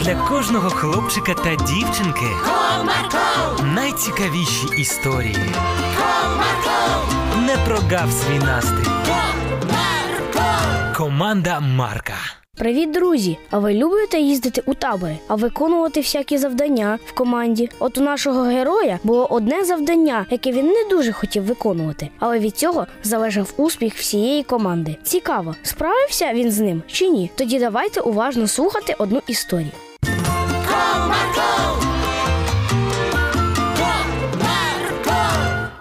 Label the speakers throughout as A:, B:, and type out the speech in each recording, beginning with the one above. A: для кожного хлопчика та дівчинки
B: Comarco,
A: найцікавіші історії.
B: Comarco,
A: Не прогав свій настрій.
B: Comarco.
A: Команда Марка.
C: Привіт, друзі! А ви любите їздити у табори, а виконувати всякі завдання в команді? От у нашого героя було одне завдання, яке він не дуже хотів виконувати, але від цього залежав успіх всієї команди. Цікаво, справився він з ним чи ні? Тоді давайте уважно слухати одну історію.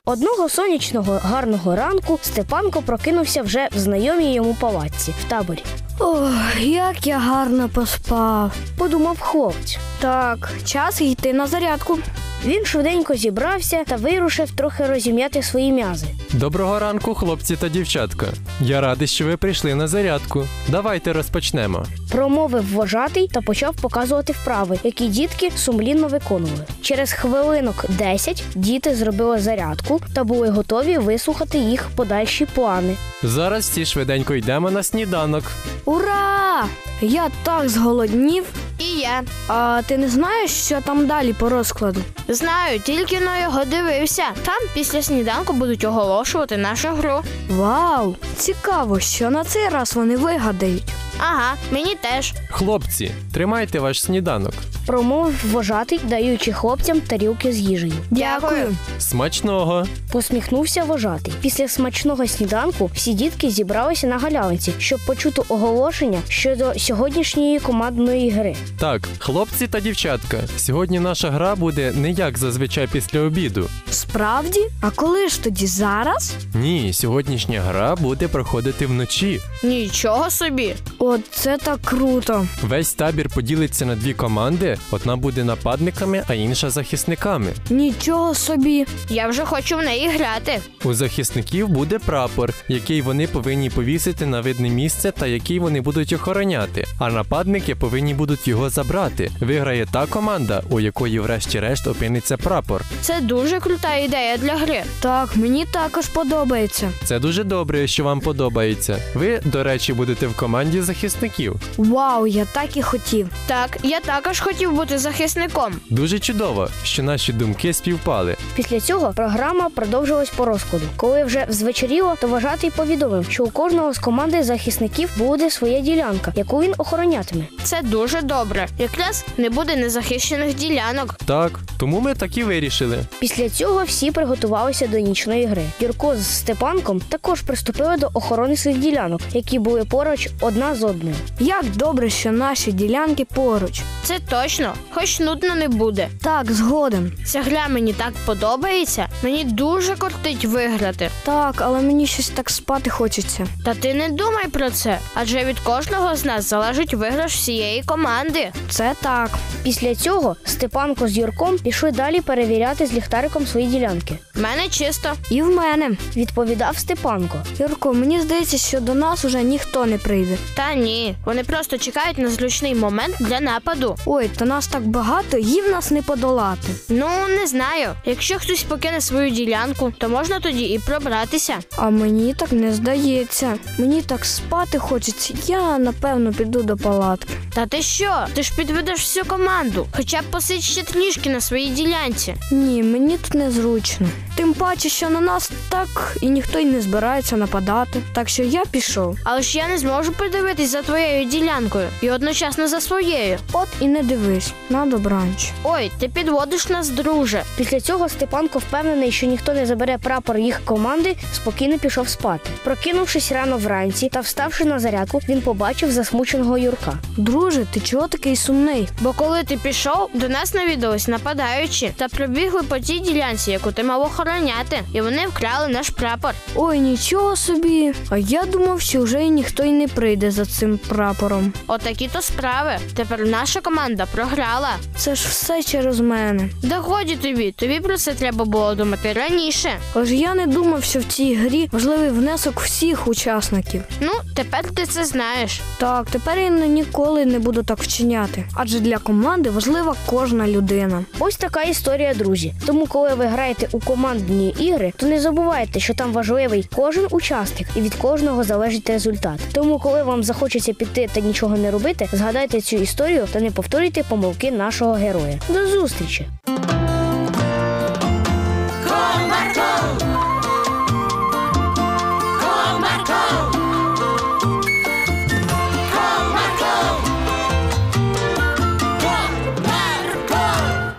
C: Одного сонячного гарного ранку Степанко прокинувся вже в знайомій йому палатці в таборі.
D: Ох, як я гарно поспав.
C: Подумав хлопець.
D: Так, час йти на зарядку.
C: Він швиденько зібрався та вирушив трохи розім'яти свої м'язи.
E: Доброго ранку, хлопці та дівчатка. Я радий, що ви прийшли на зарядку. Давайте розпочнемо.
C: Промовив вожатий та почав показувати вправи, які дітки сумлінно виконували. Через хвилинок 10 діти зробили зарядку та були готові вислухати їх подальші плани.
E: Зараз всі швиденько йдемо на сніданок.
D: Ура! Я так зголоднів.
F: І я
D: А ти не знаєш, що там далі по розкладу?
F: знаю, тільки на його дивився. Там після сніданку будуть оголошувати нашу гру.
D: Вау! Цікаво, що на цей раз вони вигадають.
F: Ага, мені теж.
E: Хлопці, тримайте ваш сніданок.
C: Промовив вожатий, даючи хлопцям тарілки з їжею.
F: Дякую.
E: Смачного!
C: Посміхнувся вожатий. Після смачного сніданку всі дітки зібралися на галявинці, щоб почути оголошення щодо сьогоднішньої командної гри.
E: Так, хлопці та дівчатка, сьогодні наша гра буде не як зазвичай після обіду.
D: Справді? А коли ж тоді зараз?
E: Ні, сьогоднішня гра буде проходити вночі.
F: Нічого собі.
D: От це так круто.
E: Весь табір поділиться на дві команди: одна буде нападниками, а інша захисниками.
D: Нічого собі.
F: Я вже хочу в неї грати.
E: У захисників буде прапор, який вони повинні повісити на видне місце та який вони будуть охороняти. А нападники повинні будуть його забрати. Виграє та команда, у якої врешті-решт опиниться прапор.
F: Це дуже крута ідея для гри.
D: Так, мені також подобається.
E: Це дуже добре, що вам подобається. Ви, до речі, будете в команді захисників.
D: Вау, я так і хотів.
F: Так, я також хотів бути захисником.
E: Дуже чудово, що наші думки співпали.
C: Після цього програма продовжилась по розкладу. Коли вже взвечеріло, то вожатий повідомив, що у кожного з команди захисників буде своя ділянка, яку він охоронятиме.
F: Це дуже добре. Якраз не буде незахищених ділянок.
E: Так, тому ми так і вирішили.
C: Після цього всі приготувалися до нічної гри. Юрко з Степанком також приступили до охорони своїх ділянок, які були поруч одна з одною.
D: Як добре, що наші ділянки поруч.
F: Це точно, хоч нудно не буде.
D: Так, згоден.
F: Ця гра мені так подобається. Мені дуже кортить виграти.
D: Так, але мені щось так спати хочеться.
F: Та ти не думай про це, адже від кожного з нас залежить виграш всієї команди.
D: Це так.
C: Після цього Степанко з Юрком пішли далі перевіряти з ліхтариком свої ділянки.
F: В мене чисто.
D: І в мене.
C: Відповідав Степанко.
D: Юрко, мені здається, що до нас уже ніхто не прийде.
F: Та ні, вони просто чекають на зручний момент для нападу.
D: Ой, то нас так багато, їм нас не подолати.
F: Ну не знаю. Якщо хтось покине свою ділянку, то можна тоді і пробратися.
D: А мені так не здається. Мені так спати хочеться. Я напевно піду до палатки.
F: Та ти що? Ти ж підведеш всю команду. Хоча б посидь ще трішки на своїй ділянці.
D: Ні, мені тут незручно. Тим паче, що на нас так і ніхто й не збирається нападати. Так що я пішов.
F: Але ж я не зможу придивитись за твоєю ділянкою і одночасно за своєю.
D: От і не дивись на добранч.
F: Ой, ти підводиш нас, друже.
C: Після цього Степанко впевнений, що ніхто не забере прапор їх команди, спокійно пішов спати. Прокинувшись рано вранці та вставши на зарядку, він побачив засмученого Юрка.
D: Друже, ти чого такий сумний?
F: Бо коли ти пішов, до нас навідались нападаючі та прибігли по тій ділянці, яку ти мав охороняти, і вони вкрали наш прапор.
D: Ой, нічого собі. А я думав, що вже й ніхто й не прийде за цим прапором.
F: Отакі то справи. Тепер наша команда програла.
D: Це ж все через мене.
F: Да годі тобі, тобі про це треба було думати раніше.
D: Аж я не думав, що в цій грі важливий внесок всіх учасників.
F: Ну, тепер ти це знаєш.
D: Так, тепер я на- ніколи не буду так вчиняти, адже для команди важлива кожна людина.
C: Ось така історія, друзі. Тому, коли ви граєте у командні ігри, то не забувайте, що там важливий кожен учасник і від кожного залежить результат. Тому, коли вам захочеться піти та нічого не робити, згадайте цю історію та не повторюйте помилки нашого героя. До зустрічі!